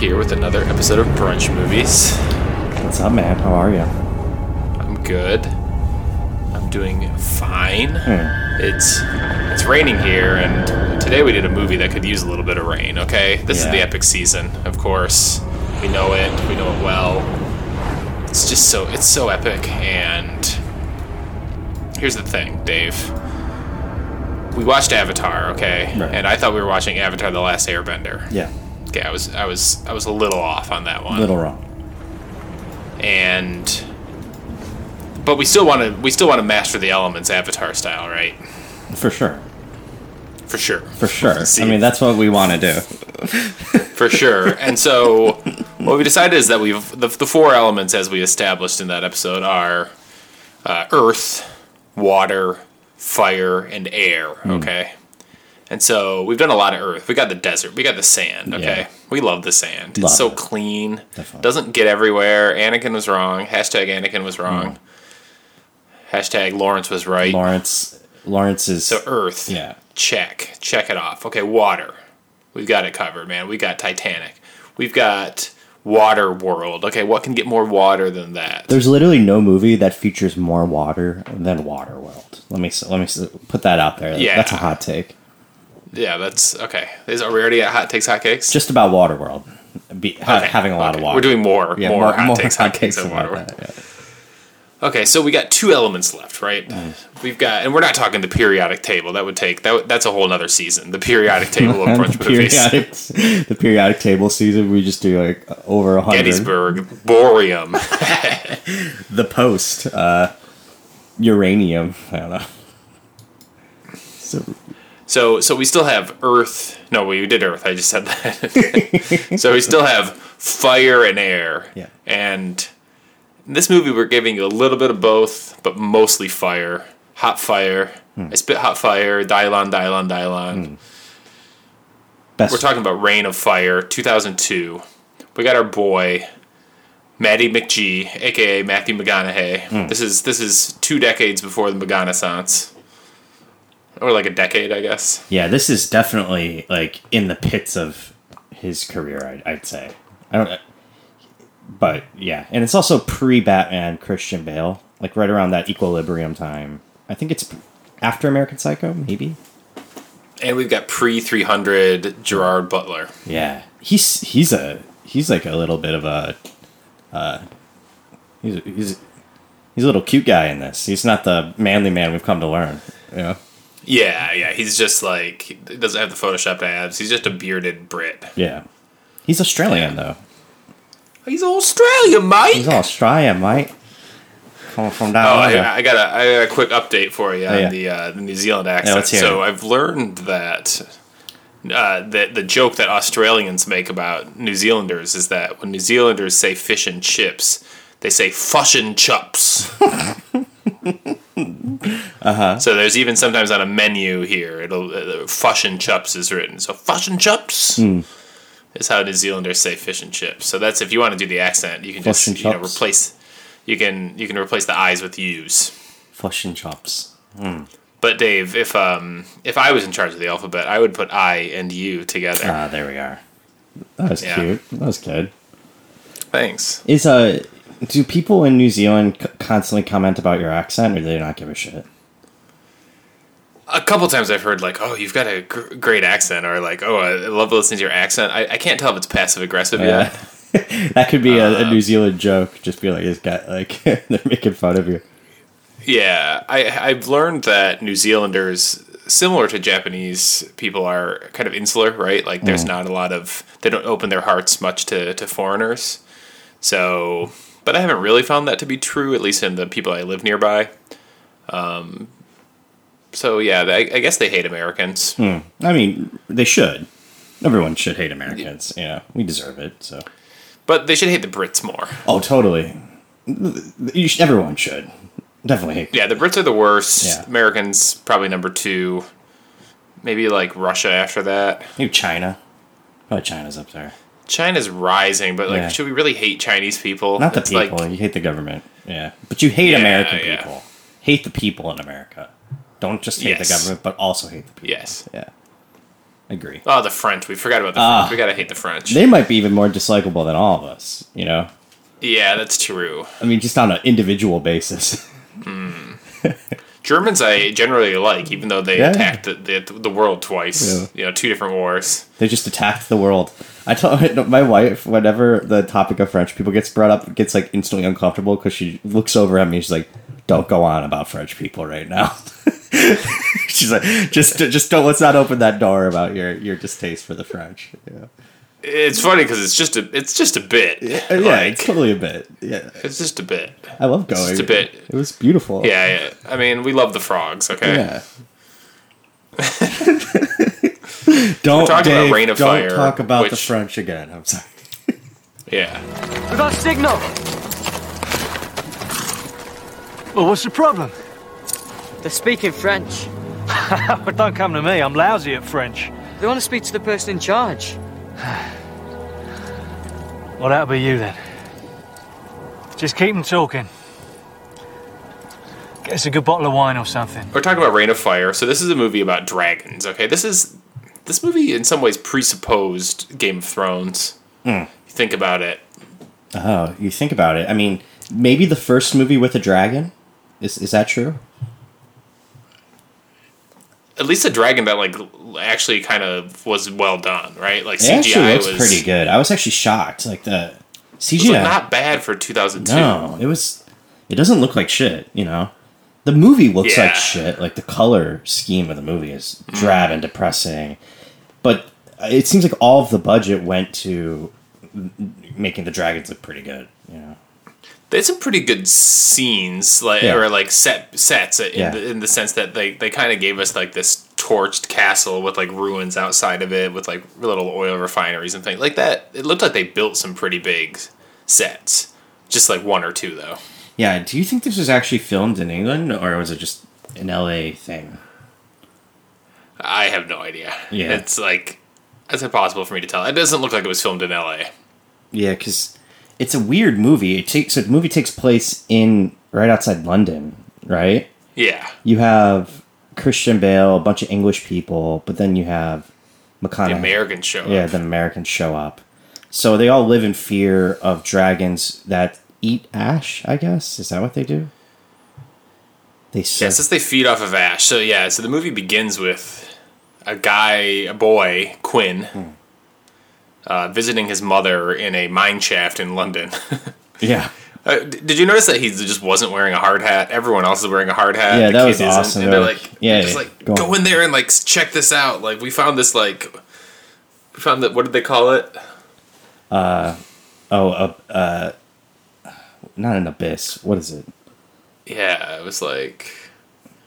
here with another episode of Brunch Movies. What's up, man? How are you? I'm good. I'm doing fine. Hmm. It's it's raining here, and today we did a movie that could use a little bit of rain. Okay, this is Yeah. the epic season, of course. We know it. We know it well. It's just so it's so epic. And here's the thing, Dave. We watched Avatar, okay, Right. and I thought we were watching Avatar: The Last Airbender. Yeah. Okay, I was I was I was a little off on that one. Little wrong. And but we still want to we still want to master the elements Avatar style, right? For sure. For sure. For sure. See. I mean, that's what we want to do. For sure. and so what we decided is that we've the, the four elements as we established in that episode are uh, earth, water, fire, and air, Hmm. okay? And so we've done a lot of earth. We got the desert. We got the sand. Okay, Yeah. we love the sand. Love it's so it. clean. Definitely. Doesn't get everywhere. Anakin was wrong. Hashtag Anakin was wrong. Hashtag Lawrence was right. Hmm. Lawrence. Lawrence is. So Earth. Yeah. Check. Check it off. Okay, water. We've got it covered, man. We got Titanic. We've got Water World. Okay, what can get more water than that? There's literally no movie that features more water than Waterworld. Let me s- let me s- put that out there. Yeah. That's a hot take. yeah, that's okay. Is are we already at hot takes, hot cakes? Just about Waterworld. Be, ha- Okay, having a lot okay. of water. We're doing more, yeah, more, hot takes, hot cakes, than about water. World. that, yeah. Okay, so we got two elements left, right? We've got, and we're not talking the periodic table. That would take that. would- That's a whole nother season. The periodic table of And brunch the movies. periodic, the periodic table season, we just do like over a hundred. Gettysburg, Boreum. The post, uh, uranium. I don't know. So So so we still have Earth. No, we did Earth. I just said that. so we still have fire and air. Yeah. And in this movie, we're giving you a little bit of both, but mostly fire. Hot fire. I spit hot fire. Dylon, Dylon, Dylon. best We're talking about Reign of Fire, 2002. We got our boy, Matty McGee, aka Matthew McGonaghy. This is this is two decades before the McGonaissance, or like a decade, I guess. Yeah, this is definitely like in the pits of his career. I'd, I'd say. I don't. But yeah, and it's also pre Batman Christian Bale, like right around that equilibrium time. I think it's after American Psycho, maybe. And we've got pre 300 Gerard Butler. Yeah, he's he's a he's like a little bit of a, uh, he's he's he's a little cute guy in this. He's not the manly man we've come to learn. Yeah, Yeah, yeah. He's just like, he doesn't have the photoshopped abs. He's just a bearded Brit. yeah. He's Australian though. He's Australian, mate. He's Australian, mate. Coming from down Oh, under. I, I got a, I got a quick update for you on Oh, yeah. the, uh, the New Zealand accent. let's hear so it. I've learned that uh, that the joke that Australians make about New Zealanders is that when New Zealanders say fish and chips, they say fush and chups. uh-huh. So there's even sometimes on a menu here, it'll uh, fush and chups is written. So fush and chups. Hmm. Is how New Zealanders say fish and chips. So that's if you want to do the accent, you can Fush just and you know, chups. replace you can you can replace the I's with U's. Flush and chops. But Dave, if um if I was in charge of the alphabet, I would put I and U together. Ah, there we are. That was Yeah. cute. That was good. Thanks. Is uh, do people in New Zealand c- constantly comment about your accent, or do they not give a shit? A couple times I've heard like, "Oh, you've got a gr- great accent," or like, "Oh, I love listening to your accent." I, I can't tell if it's passive aggressive yet. that could be a, a New Zealand joke. Just be like, it's got like they're making fun of you. Yeah, I I've learned that New Zealanders, similar to Japanese people, are kind of insular, right? Like there's not a lot of they don't open their hearts much to to foreigners. So, but I haven't really found that to be true, at least in the people I live nearby. Um, so yeah, I, I guess they hate Americans. I mean, they should. Everyone should hate Americans. You know, we deserve it. So. But they should hate the Brits more. Oh, totally. You should, everyone should definitely hate. Yeah, the Brits are the worst. Yeah. Americans probably number two. Maybe like Russia after that. Maybe China. Probably China's up there. China's rising, but like, Yeah. should we really hate Chinese people? Not the It's people. you hate the government. Yeah. But you hate Yeah, American yeah. people. Hate the people in America. Don't just hate Yes. the government, but also hate the people. yes, Yeah. agree. Oh, the French. We forgot about the French. We gotta hate the French. Ah. They might be even more dislikable than all of us. You know, yeah, that's true. I mean, just on an individual basis. Germans I generally like, even though they Yeah. attacked the, the, the world twice. Yeah. You know, two different wars. They just attacked the world. I tell my wife whenever the topic of French people gets brought up, it gets like instantly uncomfortable because she looks over at me. She's like, "Don't go on about French people right now." she's like, "Just, just don't. Let's not open that door about your your distaste for the French." Yeah, It's funny because it's just a it's just a bit. Uh, yeah Like, it's totally a bit. Yeah, it's just a bit. I love going. just a bit. It was beautiful. Yeah, yeah. I mean, we love the frogs. Okay. Yeah. talking don't about Dave, Reign of don't Fire, talk about the which- French again. I'm sorry. Yeah. We got signal. Well, what's the problem? They're speaking French. But don't come to me, I'm lousy at French. They want to speak to the person in charge. Well, that'll be you then. Just keep them talking. Get us a good bottle of wine or something. We're talking about Reign of Fire. So this is a movie about dragons. Okay. This is this movie in some ways presupposed Game of Thrones. Hmm. You think about it. Oh, you think about it. I mean, maybe the first movie with a dragon is is that true? At least a dragon that like l- actually kind of was well done, right? Like It CGI actually looks was pretty good. I was actually shocked. Like the It was CGI. like, not bad for 2002. no, it was. It doesn't look like shit. You know, the movie looks Yeah. like shit. Like the color scheme of the movie is drab and depressing. But it seems like all of the budget went to making the dragons look pretty good. You know. there's some pretty good scenes like Yeah. or like set sets in, Yeah. the, in the sense that they, they kind of gave us like this torched castle with like ruins outside of it with like little oil refineries and things like that it looked like they built some pretty big sets just like one or two though Yeah, do you think this was actually filmed in England or was it just an LA thing? i have no idea Yeah. it's like it's impossible for me to tell it doesn't look like it was filmed in la Yeah, cuz it's a weird movie. It takes so the movie takes place in right outside London, right? yeah You have Christian Bale, a bunch of English people, but then you have McConaughey. the american show Yeah, the Americans show up. So they all live in fear of dragons that eat ash, I guess. Is that what they do? They Yeah, suck- since they feed off of ash. So yeah, so the movie begins with a guy, a boy, Quinn, Hmm. uh, visiting his mother in a mine shaft in London. yeah. uh, d- did you notice that he just wasn't wearing a hard hat? Everyone else is wearing a hard hat. Yeah, The that kid was isn't. awesome. And they're They're like, like, yeah, just yeah, like go go, on. in there and like s- check this out. Like we found this like we found that what did they call it? Oh, uh, uh, not an abyss. What is it? Yeah, it was like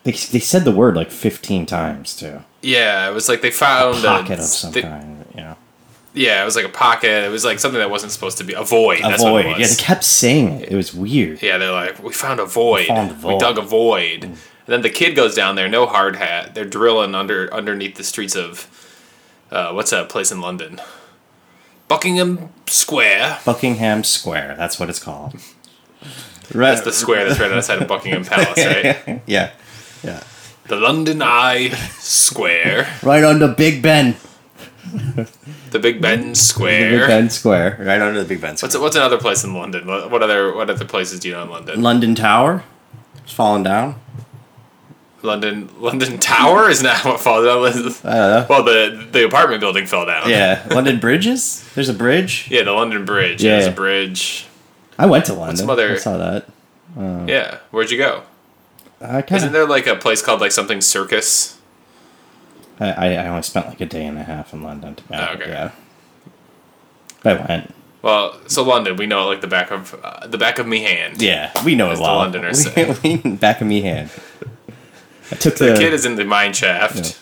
They, they said the word like 15 times too. yeah, it was like they found a- Pocket of some they- kind, you know. yeah, it was like a pocket. It was like something that wasn't supposed to be a void. A That's what it void. was. Yeah, they kept saying it. It was weird. Yeah, they're like, we found a void. We, found a void." dug a void. And then the kid goes down there, no hard hat. They're drilling under underneath the streets of uh, what's that place in London? Buckingham Square. Buckingham Square. That's what it's called. Right. That's the square that's right outside of Buckingham Palace, right? yeah. Yeah. The London Eye Square, Right under Big Ben. the Big Ben The Big Square. Ben Square. Right under the Big Ben Square. What's what's another place in London? What what other what other places do you know in London? London Tower. It's falling down. London London Tower is not what falls down. Well, the the apartment building fell down. Yeah. London Bridges. There's a bridge. Yeah, the London Bridge. Yeah. There's a bridge. I went to London. some other- I saw that. Yeah, where'd you go? I kind Isn't of. there like a place called like something circus? I, I I only spent like a day and a half in London. To be honest, Okay. Yeah. But I went. Well, so London, we know it like the back of uh, the back of me hand. Yeah, we know it the well. Londoners We- we- back of me hand. I took the, Kid is in the mine shaft.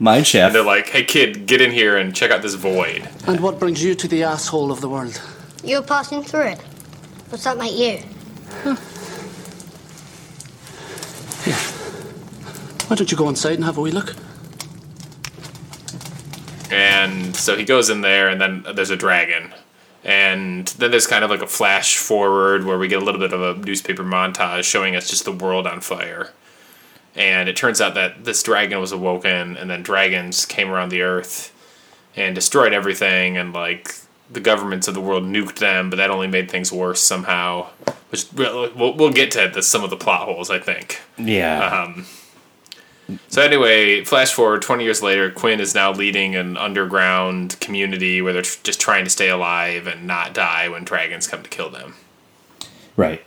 mine shaft. They're like, "Hey, kid, get in here and check out this void." And what brings you to the asshole of the world? You were passing through it. What's that make you? Why don't you go inside and have a wee look? And so he goes in there, and then there's a dragon, and then there's kind of like a flash forward where we get a little bit of a newspaper montage showing us just the world on fire. And it turns out that this dragon was awoken, and then dragons came around the earth and destroyed everything, and like the governments of the world nuked them, but that only made things worse somehow. Which we'll, we'll we'll get to the, some of the plot holes, I think. Yeah. um, So anyway, flash forward 20 years later, Quinn is now leading an underground community where they're tr- just trying to stay alive and not die when dragons come to kill them. Right.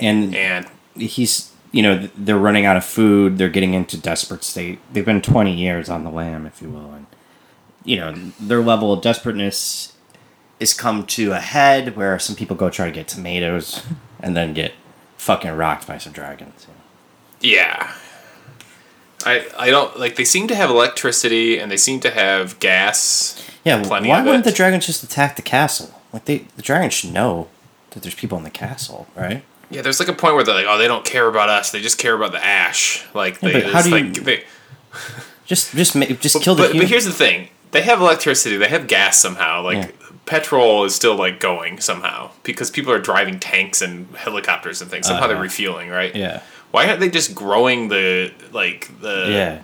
And And he's you know th- they're running out of food they're getting into desperate state they've been 20 years on the lam if you will and you know their level of desperateness is come to a head where some people go try to get tomatoes and then get fucking rocked by some dragons you know. yeah. I I don't like they seem to have electricity and they seem to have gas. yeah well, Plenty why of wouldn't it. the dragons just attack the castle like they the dragons should know that there's people in the castle right Yeah, there's like a point where they're like, "Oh, they don't care about us. They just care about the ash." Like they but just how do like you- they just just ma- just kill the but, but human- here's the thing. They have electricity, they have gas somehow. Like Yeah. petrol is still like going somehow because people are driving tanks and helicopters and things. Somehow they're Uh-huh. refueling, right? yeah Why aren't they just growing the like the yeah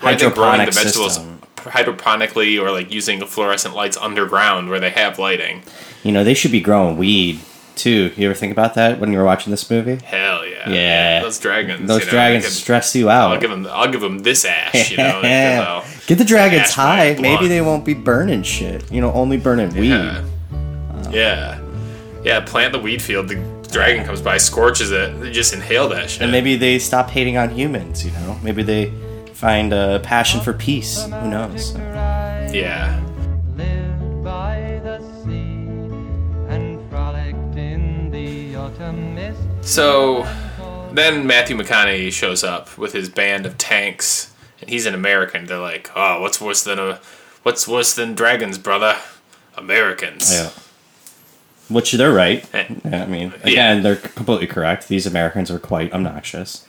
why aren't they growing the hydroponic vegetables system. hydroponically or like using fluorescent lights underground where they have lighting? You know, they should be growing weed too. You ever think about that when you were watching this movie? Hell yeah. Yeah. Those dragons. Those you know, dragons I could- stress you I'll out. give them I'll give them this ash, you know. because I'll- Get the dragons Ash my high. blunt. Maybe they won't be burning shit. You know, only burning Yeah. weed. yeah. Yeah, plant the weed field. The dragon comes by, scorches it. They just inhale that shit. And maybe they stop hating on humans. You know, maybe they find a passion for peace. Who knows? yeah. lived by the sea and frolicked in the autumn mist. So then Matthew McConaughey shows up with his band of tanks, and he's an American. They're like, "Oh, what's worse than a, what's worse than dragons, brother? Americans." Yeah. Which they're right. Eh. Yeah, I mean, Yeah. again, they're completely correct. These Americans are quite obnoxious.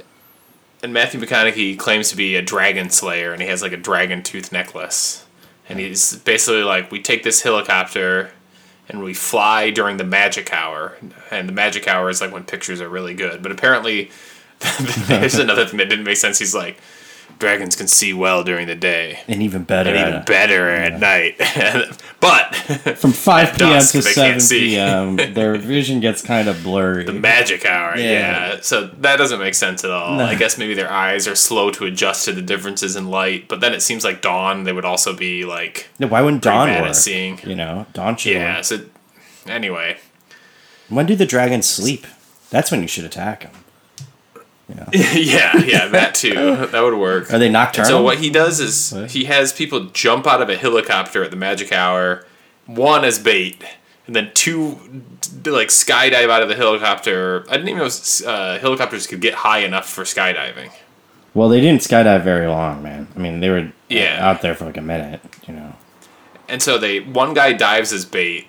And Matthew McConaughey claims to be a dragon slayer, and he has like a dragon tooth necklace. And he's basically like, we take this helicopter and we fly during the magic hour. And the magic hour is like when pictures are really good. But apparently, there's another thing that didn't make sense. He's like, dragons can see well during the day, And even better, and at even it. better at night. but from 5 p.m. dusk, to they can't 7 see. p.m., their vision gets kind of blurry. magic hour, yeah. Yeah. So that doesn't make sense at all. No. I guess maybe their eyes are slow to adjust to the differences in light, but then it seems like dawn, they would also be like, No, why wouldn't Dawn bad at work? seeing. You know, Dawn should yeah. work. So anyway, When do the dragons sleep? That's when you should attack them. yeah, yeah, that too. That would work. Are they And nocturnal? so what he does is he has people jump out of a helicopter at the magic hour, one as bait, and then two d- like skydive out of the helicopter. I didn't even know uh, helicopters could get high enough for skydiving. well, they didn't skydive very long, man. I mean, they were uh, Yeah. out there for like a minute, you know. And so they one guy dives as bait,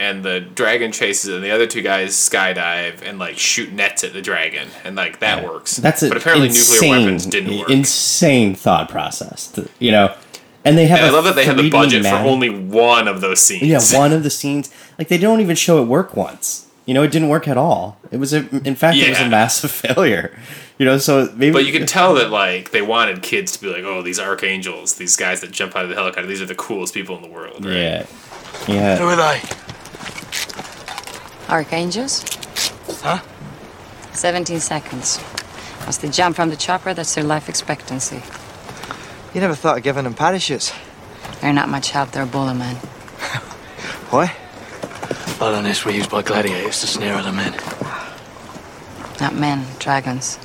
and the dragon chases, it, and the other two guys skydive and like shoot nets at the dragon, and like that works. That's it. but apparently insane, nuclear weapons didn't work. Insane thought process, to- you know. And they have. And I a love that they had the 3D budget map. for only one of those scenes. Yeah, one of the scenes, like they don't even show it work once. You know, it didn't work at all. It was, a, in fact, it was Yeah. a massive failure. You know, so maybe. But you can tell that like they wanted kids to be like, oh, these archangels, these guys that jump out of the helicopter, these are the coolest people in the world. Right? Yeah, yeah. Who are they? Archangels? Huh? 17 seconds. Once they jump from the chopper, that's their life expectancy. You never thought of giving them parachutes. They're not much help, they're bullet men. Why? Balloonists were used by gladiators to sneer at the men. Not men, dragons.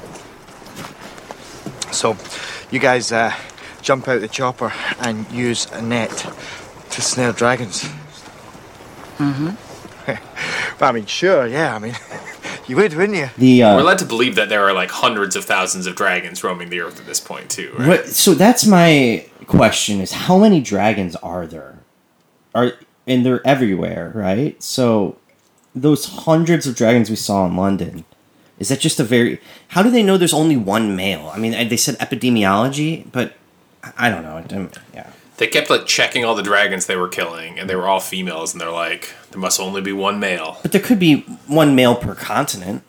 So, you guys uh, jump out the chopper and use a net to snare dragons. Mm-hmm. I mean, sure, yeah. I mean, you would, wouldn't you? The uh, We're led to believe that there are like hundreds of thousands of dragons roaming the earth at this point too. Right? What, so that's my question: is how many dragons are there? Are and they're everywhere, right? So those hundreds of dragons we saw in London is that just a very? How do they know there's only one male? I mean, I- they said epidemiology, but I- I don't know. It didn't- yeah, They kept like checking all the dragons they were killing, and they were all females, and they're like, there must only be one male. but there could be one male per continent.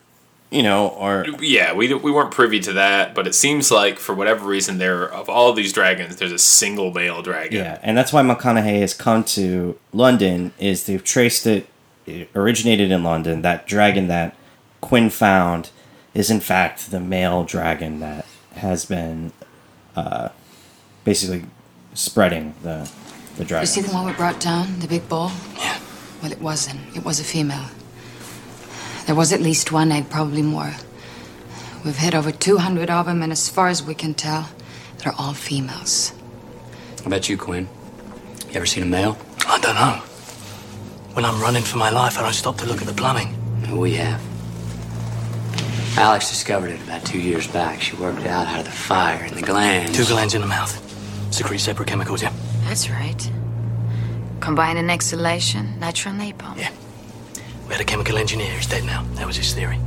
you know, or Yeah, we, we weren't privy to that, but it seems like for whatever reason, there of all these dragons, there's a single male dragon. yeah, and that's why McConaughey has come to London is they've traced it, it originated in London. That dragon that Quinn found is in fact the male dragon that has been uh, basically spreading the the You see dragon. the one we brought down, the big ball? Yeah. Well, it wasn't. It was a female. There was at least one egg, probably more. We've hit over 200 of them, and as far as we can tell, they're all females. How about you, Quinn? You ever seen a male? I don't know. When I'm running for my life, I don't stop to look at the plumbing. We have. Alex discovered it about two years back. She worked out how the fire and the glands. Two glands in the mouth. Secrete separate chemicals, yeah. That's right. Combined in exhalation, natural napalm. Yeah. We had a chemical engineer. He's dead now. That was his theory.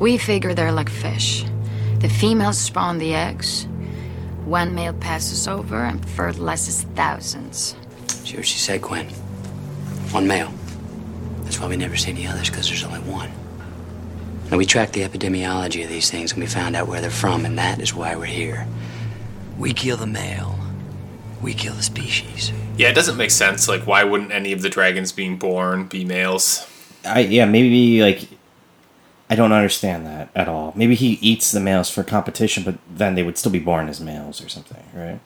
We figure they're like fish. The females spawn the eggs. One male passes over and fertilizes thousands. See what she said, Quinn? One male. That's why we never see any others, because there's only one. Now, we tracked the epidemiology of these things and we found out where they're from, and that is why we're here. We kill the male, we kill the species. Yeah, it doesn't make sense. Like, why wouldn't any of the dragons being born be males? I yeah, maybe like I don't understand that at all. Maybe he eats the males for competition, but then they would still be born as males or something, right?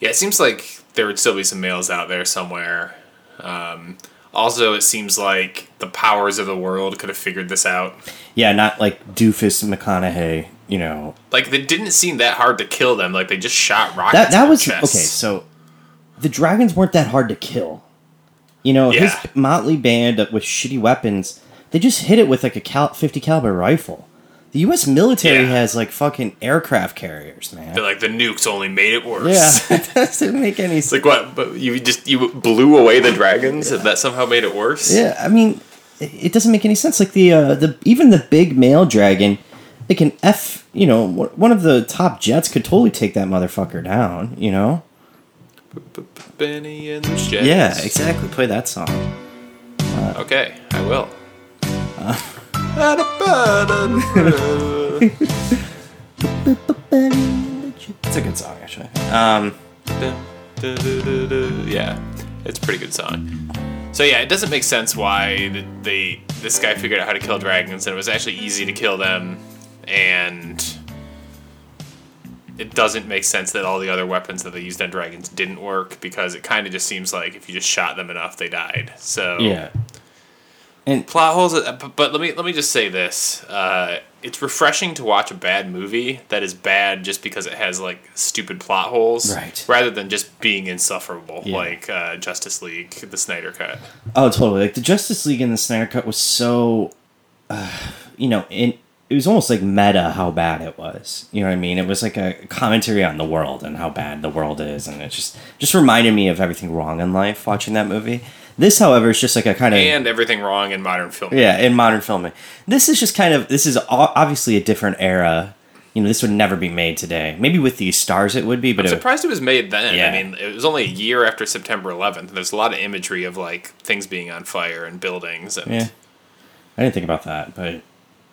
Yeah, it seems like there would still be some males out there somewhere. Um, also, it seems like the powers of the world could have figured this out. Yeah, not like doofus McConaughey, you know. Like, it didn't seem that hard to kill them. Like, they just shot rockets. That at that their was okay, chests. so the dragons weren't that hard to kill. You know, Yeah. his motley band with shitty weapons, they just hit it with like a cal- 50 caliber rifle. The US military Yeah. has like fucking aircraft carriers, man. But, like the nukes only made it worse. yeah, that doesn't make any sense. It's like what? But you just you blew away the dragons, and that somehow made it worse. Yeah, I mean, it it doesn't make any sense. Like the uh, the even the big male dragon, like an F, you know, one- one of the top jets could totally take that motherfucker down. You know? Benny and the Jets. Yeah, exactly. Play that song. Okay, I will. Uh. It's a good song, actually. Um, yeah, it's a pretty good song. So yeah, it doesn't make sense why th- they this guy figured out how to kill dragons, and it was actually easy to kill them, and it doesn't make sense that all the other weapons that they used on dragons didn't work because it kind of just seems like if you just shot them enough, they died. So yeah, and plot holes. uh, b- But let me let me just say this: uh, it's refreshing to watch a bad movie that is bad just because it has like stupid plot holes, Right. Rather than just being insufferable, Yeah. like uh, Justice League, the Snyder Cut. oh, totally. Like the Justice League and the Snyder Cut was so, uh, you know, in it was almost like meta how bad it was. You know what I mean? It was like a commentary on the world and how bad the world is, and it just just reminded me of everything wrong in life watching that movie. This, however, is just like a kind of And everything wrong in modern film. Yeah, in modern filming. This is just kind of this is o- obviously a different era. You know, this would never be made today. Maybe with these stars it would be, but I'm it, surprised it was made then. Yeah. I mean, it was only a year after September 11th. And there's a lot of imagery of like things being on fire and buildings. And yeah. I didn't think about that, but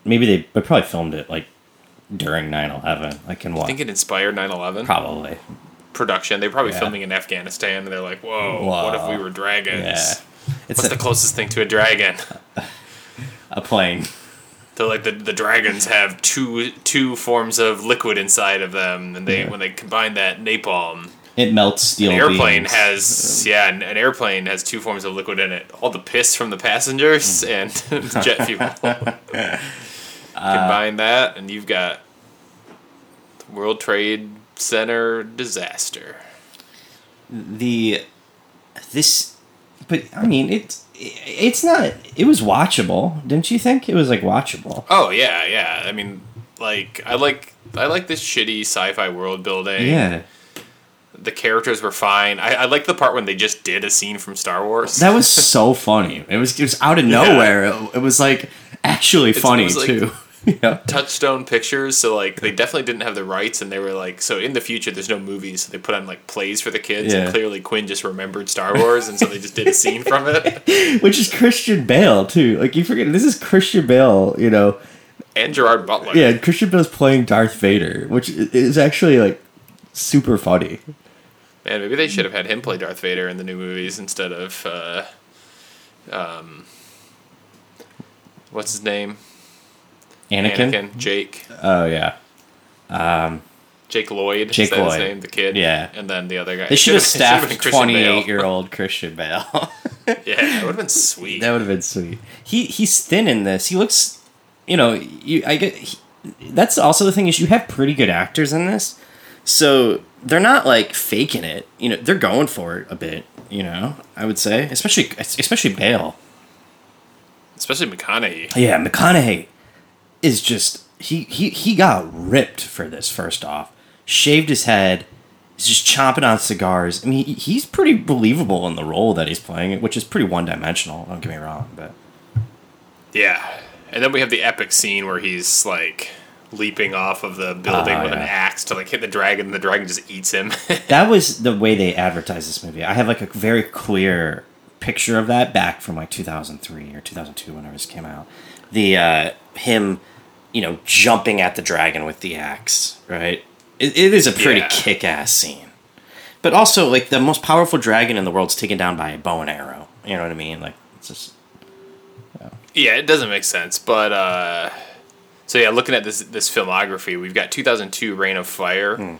maybe they but probably filmed it like during 9/11, like in I what? think it inspired 9 11 probably. production. They were probably Yeah. filming in Afghanistan. And they're like, whoa, Wow. what if we were dragons? Yeah. It's What's a, the closest thing to a dragon? a plane. So like the, the dragons have two two forms of liquid inside of them, and they when they combine that napalm, It melts steel an airplane beams. has yeah, an, an airplane has two forms of liquid in it. All the piss from the passengers and jet fuel. combine that, and you've got the World Trade Center disaster. the this but I mean, it's it's not it was watchable, didn't you think? It was like watchable. Oh yeah, yeah. I mean, like I like I like this shitty sci-fi world building. Yeah. the characters were fine. I, I like the part when they just did a scene from Star Wars. That was so funny. It was it was out of nowhere. It, it was like actually funny almost like- too. yeah. Touchstone Pictures, so like they definitely didn't have the rights, and they were like, so in the future there's no movies, so they put on like plays for the kids, Yeah. and clearly Quinn just remembered Star Wars, and so they just did a scene from it. Which is Christian Bale too. Like you forget this is Christian Bale, you know, and Gerard Butler. Yeah, and Christian Bale's playing Darth Vader, which i- is actually like super funny. Man, maybe they should have had him play Darth Vader in the new movies instead of uh, um, what's his name? Anakin. Jake. Oh yeah, Jake Lloyd. is Jake that his Lloyd. name? The kid. Yeah. And then the other guy. they It should have it should've been staffed Christian Bale. twenty-eight year old Christian Bale. Yeah, it would have been sweet. that would have been sweet. He he's thin in this. He looks, you know, you I get. He, that's also the thing is you have pretty good actors in this, so they're not like faking it. You know, they're going for it a bit. You know, I would say, especially especially Bale. Especially McConaughey. Yeah, McConaughey is just he he he got ripped for this. First off, shaved his head. He's just chomping on cigars. I mean, he- he's pretty believable in the role that he's playing, which is pretty one dimensional. Don't get me wrong, but Yeah. And then we have the epic scene where he's like leaping off of the building Ah, with an yeah. axe to like hit the dragon and the dragon just eats him. that was the way they advertised this movie. I have like a very clear picture of that back from like 2003 or 2002 whenever this came out. The uh, him, you know, jumping at the dragon with the axe. Right. It, it is a pretty Yeah. kick-ass scene, but also like the most powerful dragon in the world's taken down by a bow and arrow. You know what I mean? Like it's just Yeah, it doesn't make sense, but uh, so yeah, looking at this this filmography, we've got 2002 Reign of Fire, Hmm.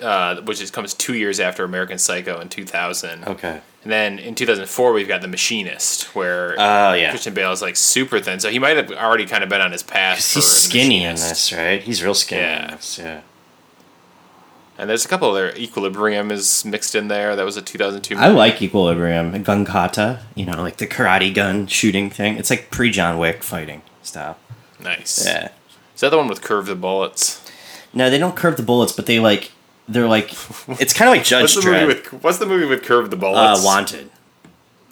uh, which is, comes two years after American Psycho in 2000. okay. And then in 2004, we've got The Machinist, where Oh, yeah. Christian Bale is like super thin, so he might have already kind of been on his path. Because for he's The skinny in Machinist. this, right? He's real skinny. Yeah. In this, yeah. And there's a couple other Equilibrium is mixed in there. That was a 2002. I like Equilibrium and Gun Kata, you know, like the karate gun shooting thing. It's like pre John Wick fighting style. nice. Is that the one with curve the bullets? No, they don't curve the bullets, but they like they're like it's kind of like Judge What's the movie Dredd. with What's the movie with curve the uh, bullets? Wanted,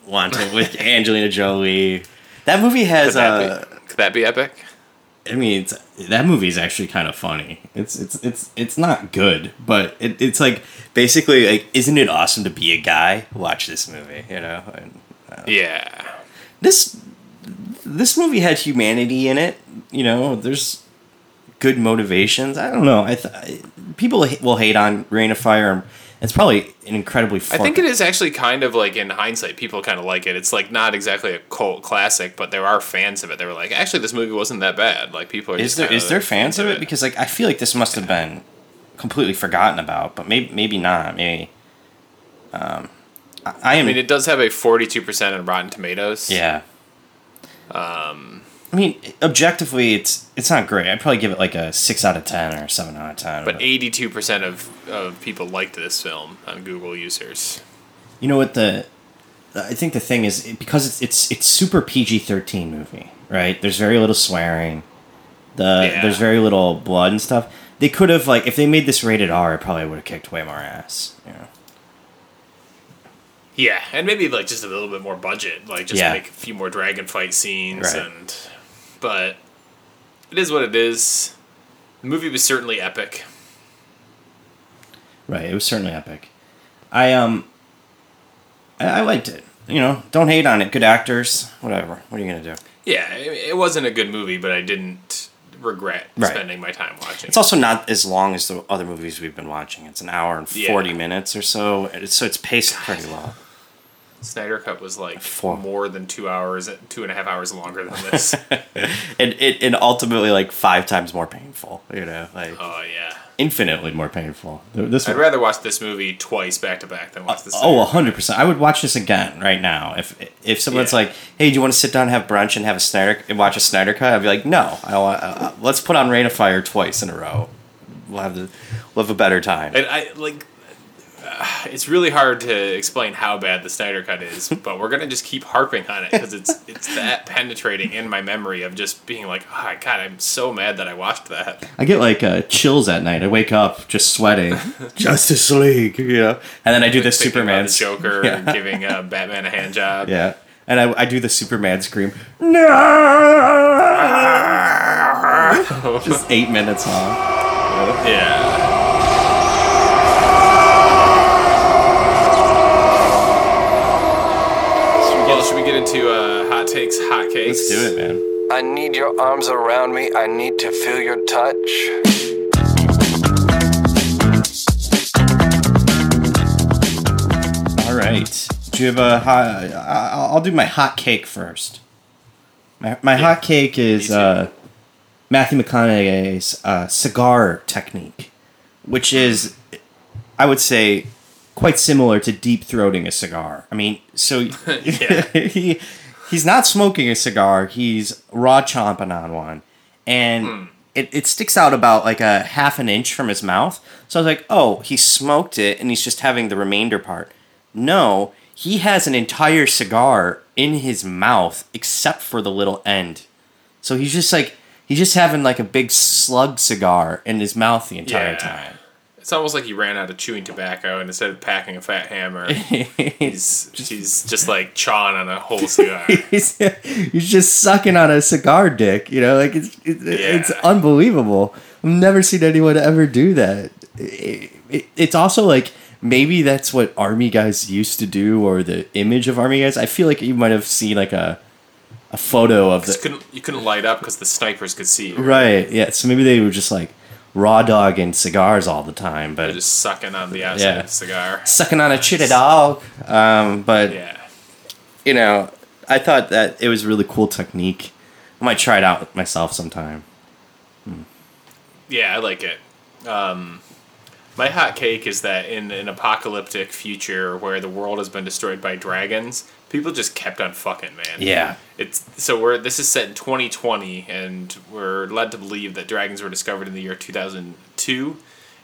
Wanted with Angelina Jolie. That movie has. Could that, Uh, be, could that be epic? I mean, it's, that movie is actually kind of funny. It's it's it's it's not good, but it, it's like basically like isn't it awesome to be a guy? Watch this movie, you know. And, Yeah. this this movie had humanity in it. You know, there's good motivations. I don't know. I th- people h- will hate on Rain of Fire. It's probably an incredibly. I Fun, think it is actually kind of like in hindsight, people kind of like it. It's like not exactly a cult classic, but there are fans of it. They were like, actually, this movie wasn't that bad. Like people are. Is just there kinda is there fans of into it? Because like I feel like this must have been completely forgotten about, but maybe maybe not. Maybe. Um, I, I am. I mean, it does have a forty-two percent on Rotten Tomatoes. yeah. Um, Um, I mean, objectively, it's it's not great. I'd probably give it like a six out of ten or a seven out of ten. but eighty-two percent of of people liked this film on Google users. You know what the I think the thing is because it's it's it's super PG thirteen movie, right? There's very little swearing. The Yeah. there's very little blood and stuff. They could have like if they made this rated R, it probably would have kicked way more ass. You know? Yeah, and maybe like just a little bit more budget, like just Yeah. make a few more dragon fight scenes, Right. and but it is what it is. The movie was certainly epic. Right. It was certainly epic. I um I, I liked it. You know, don't hate on it. Good actors, whatever. What are you gonna do? Yeah, I mean, it wasn't a good movie, but I didn't regret Right. spending my time watching. It's also not as long as the other movies we've been watching. It's an hour and Yeah. forty minutes or so. It's- So it's paced pretty well. Snyder Cut was like Four. more than two hours, two and a half hours longer than this. and it and ultimately like five times more painful. You know, like oh yeah, infinitely more painful. Th- This I'd one, rather watch this movie twice back to back than watch this. oh, hundred percent. I would watch this again right now. If if someone's Yeah. like, "Hey, do you want to sit down, and have brunch, and have a Snyder and watch a Snyder cut?" I'd be like, "No, I don't want. Uh, uh, let's put on Rain of Fire twice in a row. We'll have the we'll have a better time." and I like. uh, it's really hard to explain how bad the Snyder Cut is, but we're gonna just keep harping on it because it's it's that penetrating in my memory of just being like, oh, God, I'm so mad that I watched that. I get like uh, chills at night. I wake up just sweating. Justice League, you know, and then I do the Thinking about Superman the Joker, Yeah. giving uh, Batman a hand job. Yeah. And I, I do the Superman scream. No! Just eight minutes long. Yeah. Well, should we get into uh, hot takes, hot cakes? Let's do it, man. I need your arms around me. I need to feel your touch. All right. Do you have a hot? I- I'll I'll do my hot cake first. My, my hot cake is uh, Matthew McConaughey's uh, cigar technique, which is, I would say, quite similar to deep throating a cigar. I mean, so he he's not smoking a cigar; he's raw chomping on one, and. It, it sticks out about like a half an inch from his mouth. So I was like, oh, he smoked it and he's just having the remainder part. No, he has an entire cigar in his mouth except for the little end. So he's just like he's just having like a big slug cigar in his mouth the entire Yeah. time. It's almost like he ran out of chewing tobacco, and instead of packing a fat hammer, he's he's just like chawing on a whole cigar. he's, he's just sucking on a cigar dick, you know, like it's it's, it's Yeah. unbelievable. I've never seen anyone ever do that. It- it- it's also like maybe that's what army guys used to do or the image of army guys. I feel like you might have seen like a a photo of the, Just couldn't you couldn't light up because the snipers could see you. Right. Yeah. So maybe they were just like raw dog and cigars all the time, but Just sucking on the outside Yeah. of the cigar. sucking on a chitty dog. Um, but Yeah. you know, I thought that it was a really cool technique. I might try it out with myself sometime. Yeah, I like it. Um, my hot cake is that in an apocalyptic future where the world has been destroyed by dragons, people just kept on fucking, man. Yeah. It's so we're this is set in 2020, and we're led to believe that dragons were discovered in the year 2002.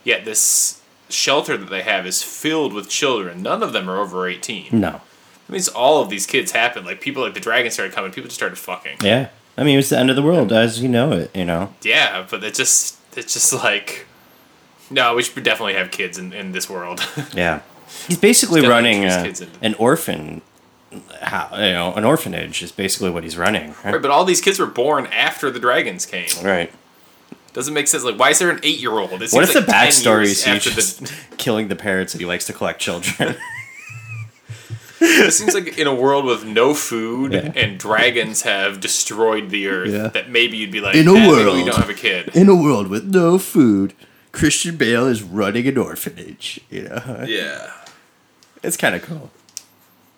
Yet this shelter that they have is filled with children. None of them are over 18. No. That means all of these kids happened. Like people, like the dragons started coming. People just started fucking. Yeah. I mean, it was the end of the world as you know it. You know. Yeah, but it just it's just like no, we should definitely have kids in, in this world. Yeah. He's basically Just gotta running keep his uh, kids in. an orphan. How you know an orphanage is basically what he's running. right, but all these kids were born after the dragons came. Right. Doesn't make sense. Like, why is there an eight year old? What if the backstory is he's after just the? killing the parents and he likes to collect children? It seems like in a world with no food Yeah. and dragons have destroyed the earth, Yeah. that maybe you'd be like, In a "Eh, maybe we world." don't have a kid. in a world with no food, Christian Bale is running an orphanage. You know, yeah, it's kind of cool.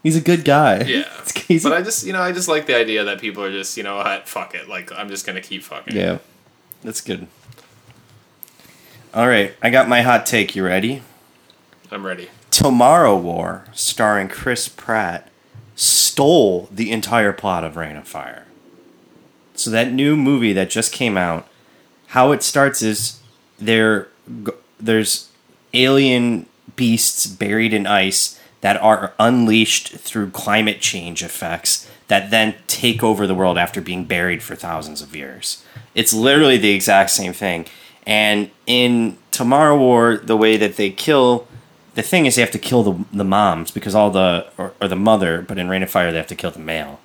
He's a good guy. yeah. He's- but I just, you know, I just like the idea that people are just, you know, what, fuck it. Like, I'm just gonna keep fucking. yeah, that's good. All right, I got my hot take. You ready? I'm ready. Tomorrow War, starring Chris Pratt, stole the entire plot of Rain of Fire. So that new movie that just came out, how it starts is there g- there's alien beasts buried in ice that are unleashed through climate change effects that then take over the world after being buried for thousands of years. It's literally the exact same thing. And in Tomorrow War, the way that they kill the thing is they have to kill the the moms because all the or, or the mother, but in Rain of Fire they have to kill the male,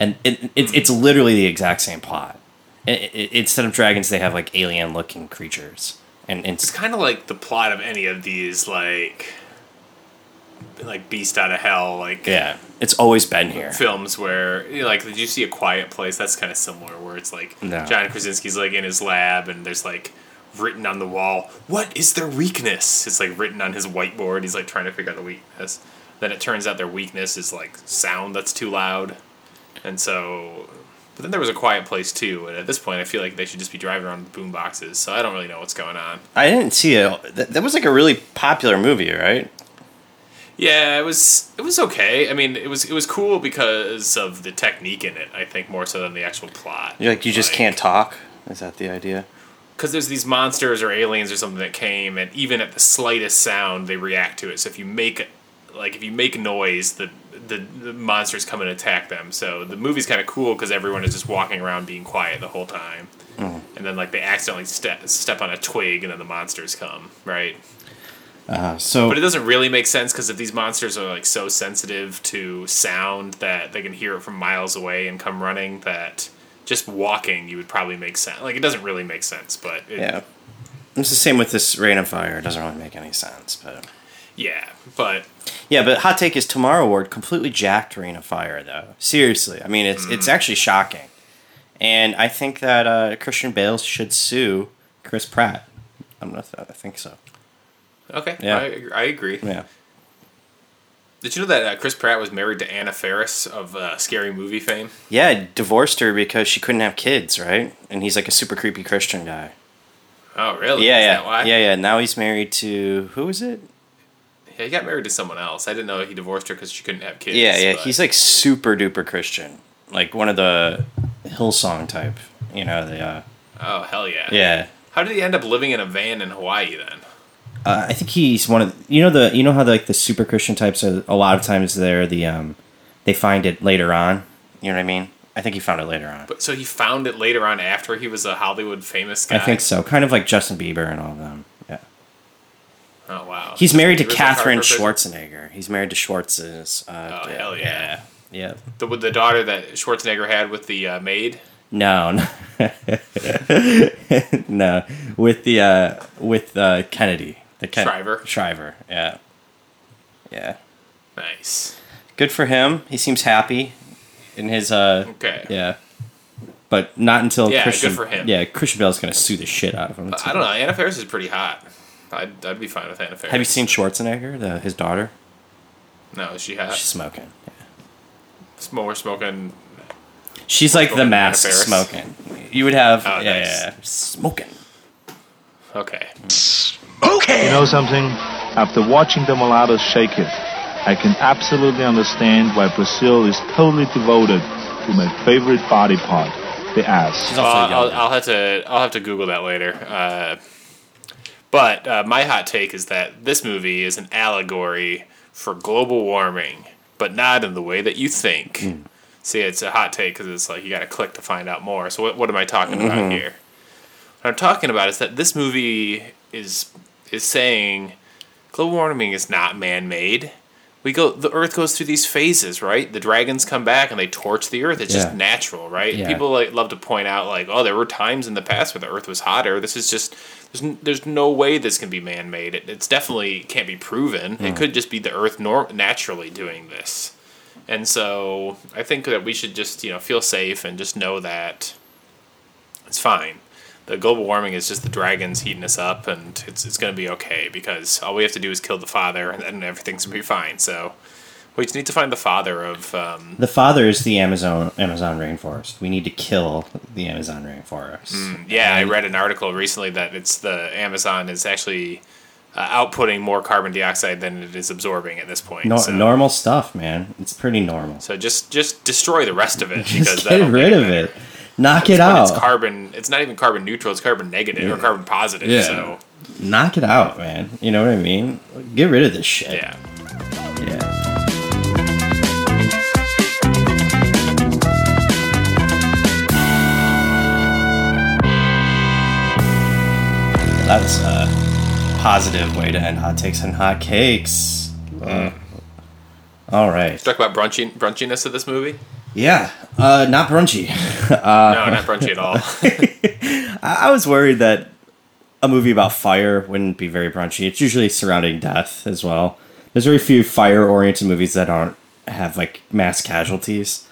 and it, it's it's literally the exact same plot. I i instead of dragons, they have like alien looking creatures, and, and It's kind of like the plot of any of these, like, like Beast Out of Hell, like yeah, it's always been here. films where, you know, like, did you see A Quiet Place? That's kind of similar, where it's like No. John Krasinski's like in his lab, and there's like written on the wall, "What is their weakness?" It's like written on his whiteboard. He's like trying to figure out the weakness. Then it turns out their weakness is like sound that's too loud, and so. But then there was a quiet place too, and at this point, I feel like they should just be driving around with boom boxes. So I don't really know what's going on. I didn't see it. That, that was like a really popular movie, right? Yeah, it was it was okay. I mean, it was it was cool because of the technique in it. I think more so than the actual plot. You're like you just can't talk. Is that the idea? because there's these monsters or aliens or something that came, and even at the slightest sound, they react to it. So if you make like if you make noise, the the, the monsters come and attack them. So the movie's kind of cool because everyone is just walking around being quiet the whole time, and then like they accidentally step step on a twig, and then the monsters come. Right. Uh, so But it doesn't really make sense because if these monsters are like so sensitive to sound that they can hear it from miles away and come running, that just walking you would probably make sense. Like it doesn't really make sense, but it, yeah, it's the same with this Rain of Fire. It doesn't really make any sense, but. yeah. But Yeah, but hot take is Mm. Tomorrow Ward completely jacked Rain of Fire though. Seriously, I mean it's it's actually shocking, And I think that uh, Christian Bale should sue Chris Pratt. I'm not. I think so. Okay. Yeah. I, I agree. Yeah. Did you know that uh, Chris Pratt was married to Anna Faris of uh, Scary Movie fame? Yeah, divorced her because she couldn't have kids, right? And he's like a super creepy Christian guy. Oh, really? yeah, Is yeah, that why? yeah, yeah. Now he's married to who is it? Yeah, he got married to someone else. I didn't know he divorced her because she couldn't have kids. yeah, yeah. but- He's like super duper Christian, like one of the Hillsong type. You know, the uh, Oh hell yeah. yeah. How did he end up living in a van in Hawaii then? Uh, I think he's one of you know the you know how like the super Christian types are a lot of times they're the um they find it later on. You know what I mean? I think he found it later on. But so he found it later on after he was a Hollywood famous guy. I think so. Kind of like Justin Bieber and all of them. Yeah. Oh wow. He's married to River Katherine Parker- Schwarzenegger. He's married to Schwartz's. Uh, Oh hell yeah. yeah. The with the daughter that Schwarzenegger had with the uh, maid. No, no, no. With the uh, with uh, Kennedy, the Ken- Shriver. Shriver, yeah, yeah. Nice. Good for him. He seems happy in his. Uh, Okay. Yeah, but not until Yeah, good Christian. for him. Yeah, Christian Bale's gonna sue the shit out of him. I don't know. Anna Faris is pretty hot. I'd, I'd be fine with Anna Faris. Have you seen Schwarzenegger, the, his daughter? No, she has. She's smoking. It's more smoking. She's like the Anna mask Faris. smoking. You would have Oh, yeah, nice. yeah, yeah. smoking. Okay. You know something? After watching the mulattoes shake it, I can absolutely understand why Brazil is totally devoted to my favorite body part, the ass. Uh, I'll, I'll have to I'll have to Google that later. Uh, but uh, my hot take is that this movie is an allegory for global warming, but not in the way that you think. See, it's a hot take because it's like you got to click to find out more. So what, what am I talking about Mhm. here? What I'm talking about is that this movie is is saying global warming is not man-made. We go the earth goes through these phases, right? The dragons come back and they torch the earth. It's just Yeah. natural, right? Yeah. People like love to point out like, "Oh, there were times in the past where the earth was hotter." This is just there's n- there's no way this can be man-made. It, it's definitely can't be proven. It Mm. could just be the earth nor- naturally doing this. And so, I think that we should just, you know, feel safe and just know that it's fine. The global warming is just the dragons heating us up, and it's it's going to be okay because all we have to do is kill the father, and then everything's going to be fine. So we just need to find the father of um, The father is the Amazon Amazon rainforest. We need to kill the Amazon rainforest. Mm, yeah, I read an article recently that it's the Amazon is actually uh, outputting more carbon dioxide than it is absorbing at this point. Nor- so, Normal stuff, man. It's pretty normal. so just just destroy the rest of it because Just get that'll make rid of it. Knock it when out. It's carbon. It's not even carbon neutral. It's carbon negative or Yeah. carbon positive. Yeah. So Knock it out, man. You know what I mean? Get rid of this shit. Yeah. Yeah. That's a positive way to end hot takes and hot cakes. Uh, all right. talk about brunchy brunchiness of this movie. Yeah, uh, not brunchy. uh, No, not brunchy at all. I, I was worried that a movie about fire wouldn't be very brunchy. It's usually surrounding death as well. There's very few fire-oriented movies that aren't have like mass casualties.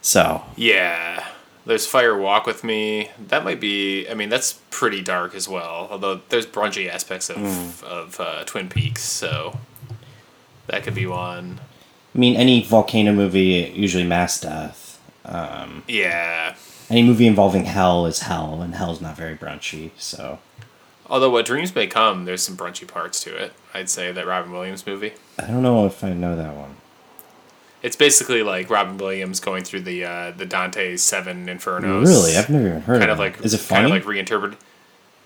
So Yeah. There's Fire Walk with Me. That might be. I mean, that's pretty dark as well. Although there's brunchy aspects of Mm. of uh, Twin Peaks, so that could be one. I mean, any volcano movie usually mass death. Um, Yeah. Any movie involving hell is hell, and hell's not very brunchy. So Although what dreams may come, there's some brunchy parts to it. I'd say that Robin Williams movie. I don't know if I know that one. It's basically like Robin Williams going through the uh, the Dante's Seven Infernos. Really, I've never even heard kind of of that. like Is it Kind of funny? like reinterpreted.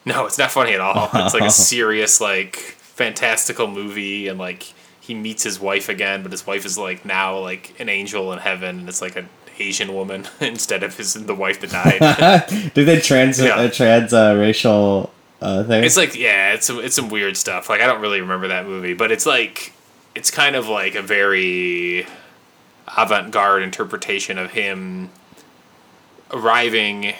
No, it's not funny at all. It's like Oh. a serious, like fantastical movie, and like he meets his wife again, but his wife is like now like an angel in heaven, and it's like an Asian woman instead of his the wife that died. Do they trans uh, trans uh, racial uh, thing? It's like yeah, it's some it's some weird stuff. Like I don't really remember that movie, but it's like it's kind of like a very avant-garde interpretation of him arriving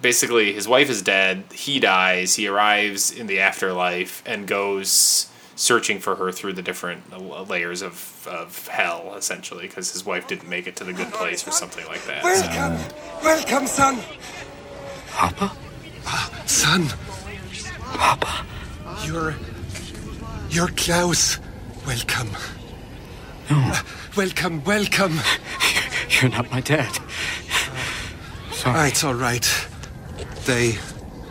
basically his wife is dead, he dies, he arrives in the afterlife and goes searching for her through the different layers of, of hell essentially because his wife didn't make it to the good place or something like that. Welcome, welcome, son. Papa? Son. Papa. You're. You're Klaus. Welcome. No, Welcome, welcome. you're not my dad. Ah, it's all right. They.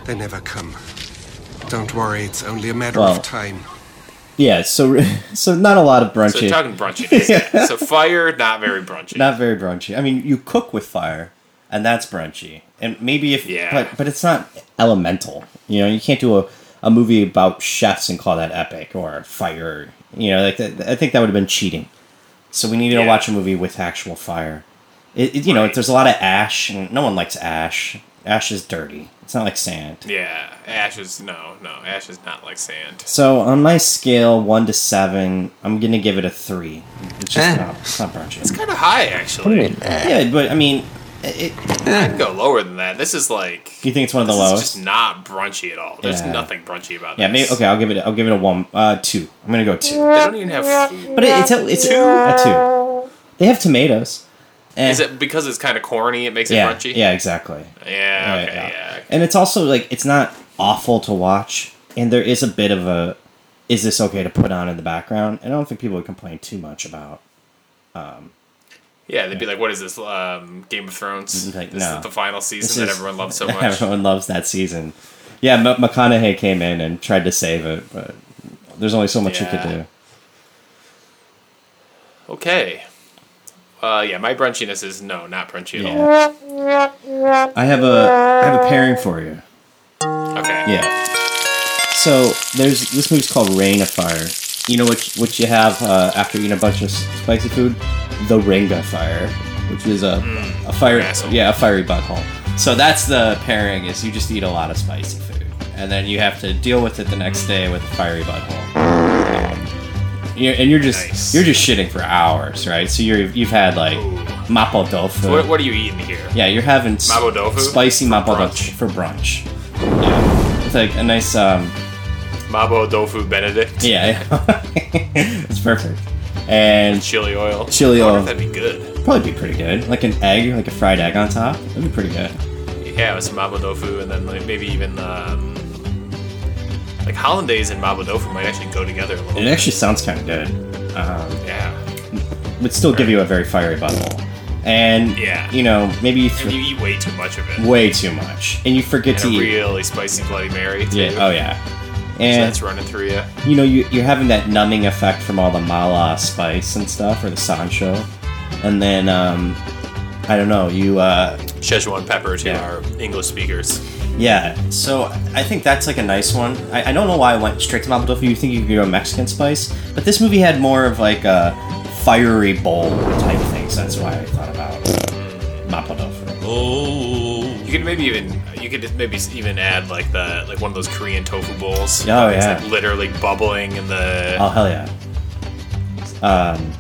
They never come. Don't worry, it's only a matter Well, of time. Yeah, so so not a lot of brunchy. So talking brunchy. days. So fire, not very brunchy. Not very brunchy. I mean, you cook with fire, and that's brunchy. And maybe if Yeah. but but it's not elemental. You know, you can't do a, a movie about chefs and call that epic or fire. You know, like that, I think that would have been cheating. So we needed to Yeah. watch a movie with actual fire. It, it- you know, there's a lot of ash, and no one likes ash. Ash is dirty. It's not like sand. Yeah, ash is no, no. Ash is not like sand. So on my scale one to seven, I'm gonna give it a three. It's just Eh. not, it's not brunchy. It's kind of high actually. Yeah, but I mean, it, I'd go lower than that. This is like you think it's one of the this lowest? Is just not brunchy at all. There's Yeah. nothing brunchy about Yeah, maybe this. okay. I'll give it. I'll give it a one. Uh, two. I'm gonna go They two. don't even have. But it, it's a, it's a two. They have tomatoes. Eh. Is it because it's kind of corny? It makes yeah, it brunchy. yeah, exactly. Yeah. Right, Okay. Yeah. And it's also like it's not awful to watch, and there is a bit of a is this okay to put on in the background? And I don't think people would complain too much about. Um, Yeah, They'd be like, "What is this? Um, Game of Thrones? like, this no. is the final This season that is- everyone loves so much." Everyone loves that season. Yeah, M- McConaughey came in and tried to save it, but there's only so much you could Yeah. do. Okay. Uh, yeah, my brunchiness is no, not brunchy at all. I have a I have a pairing for you. Okay. Yeah. So there's this movie's called Rain of Fire. You know what what you have uh, after eating a bunch of spicy food? The Ringa Fire, which is a a fire asshole. yeah a fiery butthole. So that's the pairing is you just eat a lot of spicy food and then you have to deal with it the next day with a fiery butthole. Um, you and you're just you're just shitting for hours, right? So you're you've had like mapo tofu. So what, what are you eating here? Yeah, you're having s- Mapo tofu? spicy mapo tofu for brunch. Yeah, it's like a nice. Um, Mabo tofu Benedict. yeah, it's perfect. And chili oil. Chili I wonder oil. if that'd be good. Probably be pretty good. Like an egg, like a fried egg on top. That'd be pretty good. Yeah, with some mabo tofu, and then like, maybe even um, like hollandaise and mabo tofu might actually go together a little. It actually sounds kind of good. Um, yeah. Would still give you a very fiery butthole. And Yeah. you know, maybe you, And th- you eat way too much of it. way too much, and you forget and to a eat. really spicy Bloody Mary. Too. Yeah. Oh yeah. uh, so And that's running through you. you know, you, you're having that numbing effect from all the mala spice and stuff, or the sancho, and then um, I don't know. You uh, Szechuan pepper to our English speakers. yeah. So I think that's like a nice one. I, I don't know why I went straight to mapo tofu. You think you could go Mexican spice, but this movie had more of like a fiery bowl type thing. So that's why I thought about mapo tofu. Oh. You could maybe even you could maybe even add like the like one of those Korean tofu bowls. Oh, It's, yeah. like literally bubbling in the. Oh hell yeah. Um,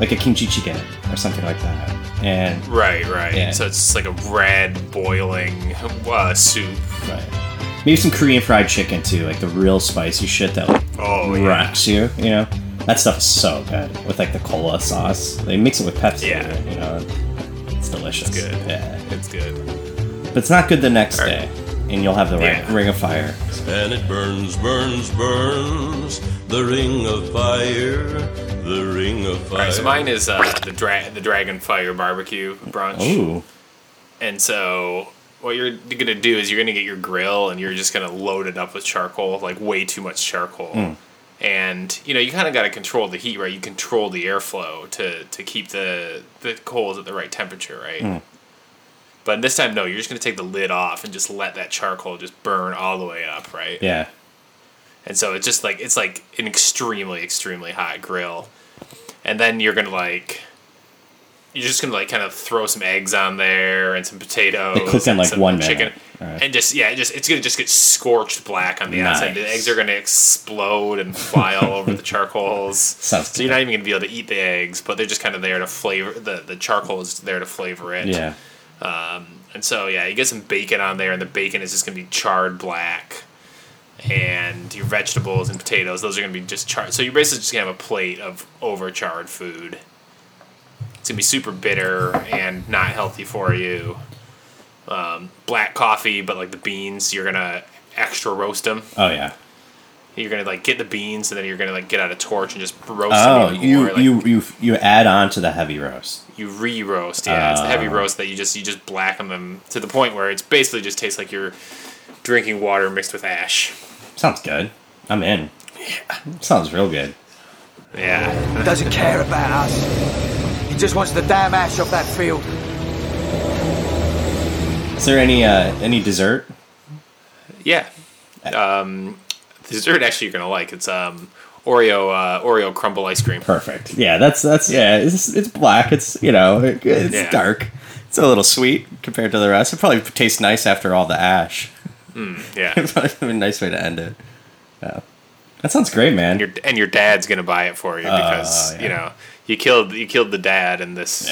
like a kimchi chicken or something like that, and Right, right. Yeah. So it's just like a red boiling uh, soup. Right. Maybe some Korean fried chicken too, like the real spicy shit that like Oh, yeah. rocks you. You know, that stuff is so good with like the cola sauce. They mix it with Pepsi. Yeah. you know, it's delicious. It's good. Yeah, it's good. but it's not good the next day, and you'll have the ring, Yeah. ring of fire. And it burns, burns, burns. The ring of fire. The ring of fire. All right, so mine is uh, the dra- the Dragon Fire Barbecue brunch. Ooh, And so what you're gonna do is you're gonna get your grill and you're just gonna load it up with charcoal, like way too much charcoal. Mm. And you know you kind of got to control the heat, right? You control the airflow to to keep the the coals at the right temperature, right? Mm. But this time, no, you're just gonna take the lid off and just let that charcoal just burn all the way up, right? yeah. And so it's just like it's like an extremely extremely hot grill. And then you're going to like you're just going to like kind of throw some eggs on there and some potatoes. They cook in, and like, some one minute. Alright. And just yeah, it just it's going to just get scorched black on the outside. The Nice. eggs are going to explode and fly all over the charcoals. Sounds so you're not even going to be able to eat the eggs, but they're just kind of there to flavor the the charcoal is there to flavor it. Yeah. Um, and so yeah, you get some bacon on there, and the bacon is just gonna be charred black. And your vegetables and potatoes, those are gonna be just charred. So you're basically just gonna have a plate of over charred food. It's gonna be super bitter and not healthy for you. um, black coffee, but like the beans, you're gonna extra roast them. Oh yeah. You're gonna like get the beans, and then you're gonna like get out a torch and just roast Oh, them. even you more, like, you you you add on to the heavy roast. you re-roast. Yeah, it's the heavy Ah. roast that you just you just blacken them to the point where it's basically just tastes like you're drinking water mixed with ash. Sounds good. I'm in. Sounds real good. Yeah. He doesn't care about us. He just wants the damn ash off that field. Is there any uh any dessert? Yeah. Um, dessert actually you're gonna like. It's um Oreo uh, Oreo crumble ice cream. Perfect. Yeah, that's that's yeah. It's it's black. It's you know it- it's Yeah. dark. It's a little sweet compared to the rest. It probably tastes nice after all the ash. Mm, yeah. It's probably a nice way to end it. Yeah. That sounds great, And man. your and your dad's gonna buy it for you Oh, because you know you killed you killed the dad in this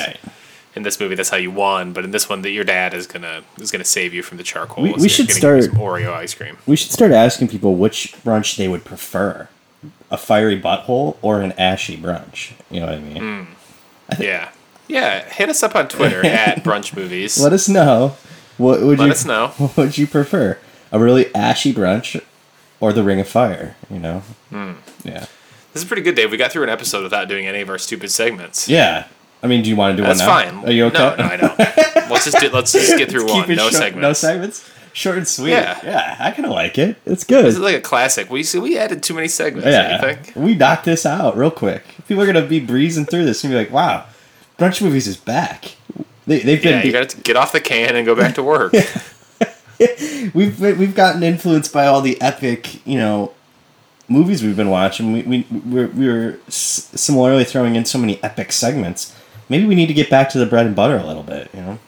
in this movie. That's how you won. But in this one, that your dad is gonna is gonna save you from the charcoal. We- so we you're should gonna get start- some Oreo ice cream. We should start asking people which brunch they would prefer: a fiery butthole or an ashy brunch. You know what I mean? Mm. Yeah. Yeah. Hit us up on Twitter at brunch movies. Let us know. What would Let you, us know. What would you prefer? A really ashy brunch or the Ring of Fire? You know? Mm. Yeah. This is pretty good, Dave. We got through an episode without doing any of our stupid segments. Yeah. I mean, do you want to do That's one now? fine. Are you okay? No, no, I don't. Let's just do, let's just get through Let's keep one. it No short- segment. No segments? Short and sweet. Yeah. Yeah, I kind of like it. It's good. Oh, This is like a classic. We see we added too many segments. Yeah. yeah. We knocked this out real quick. People are going to be breezing through this and be like, wow, Brunch Movies is back. They, they've been Yeah, you got to get off the can and go back to work. we've we've gotten influenced by all the epic, you know, movies we've been watching. We we we're, we were s- similarly throwing in so many epic segments. Maybe we need to get back to the bread and butter a little bit. You know,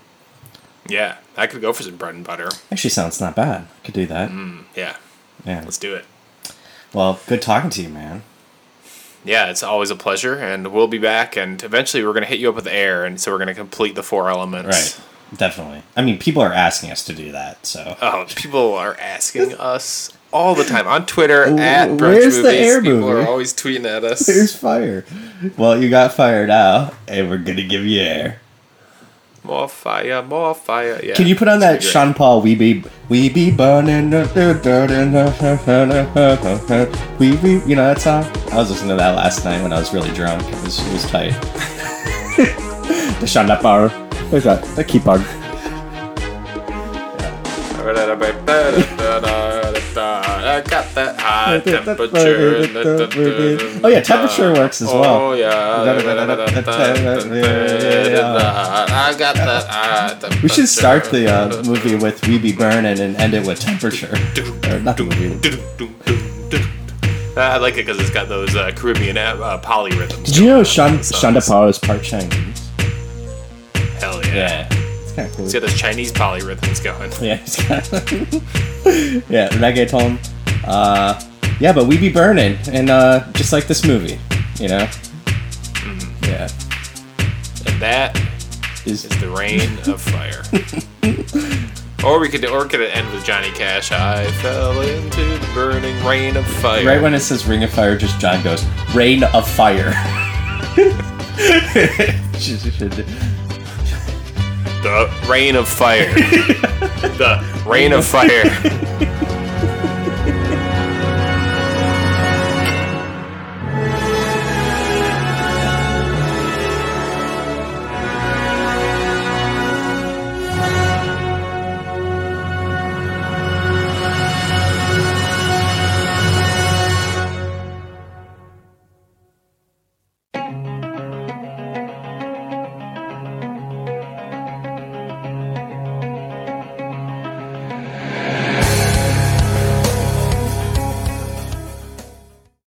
yeah, I could go for some bread and butter. actually, sounds not bad. Could do that. Mm, yeah, Yeah. let's do it. Well, good talking to you, man. Yeah, it's always a pleasure, and we'll be back. And eventually, we're gonna hit you up with air, and so we're gonna complete the four elements. Right. Definitely. I mean, people are asking us to do that. So Oh, people are asking us all the time on Twitter at brunch where's the movies. air people movie? are always tweeting at us. there's fire. Well, you got fire now, and we're gonna give you air. More fire, more fire. Yeah. Can you put on It's that great. Sean Paul We Be We Be Burning We Be You know that song? I was listening to that last night when I was really drunk. It was, it was tight. the Sean Paul. What's that? The keep on. I got that high temperature. Oh yeah, temperature works as well. Oh yeah. I got that high temperature. We should start the uh, movie with We Be Burning and end it with temperature. or not the movie. I like it because it's got those uh, Caribbean uh, polyrhythms. Did you know Sean Shonda Paul is part Chinese? Hell yeah. It's kind of cool. It's got those Chinese polyrhythms going. Yeah, it's kind of yeah, reggaeton. Uh, yeah, but we be burning, and uh, just like this movie, you know. Mm-hmm. Yeah, And that is, the rain of fire. or we could or could it end with Johnny Cash? I fell into the burning rain of fire. right when it says "Ring of Fire," just John goes "Rain of Fire." the rain of fire. the rain of fire.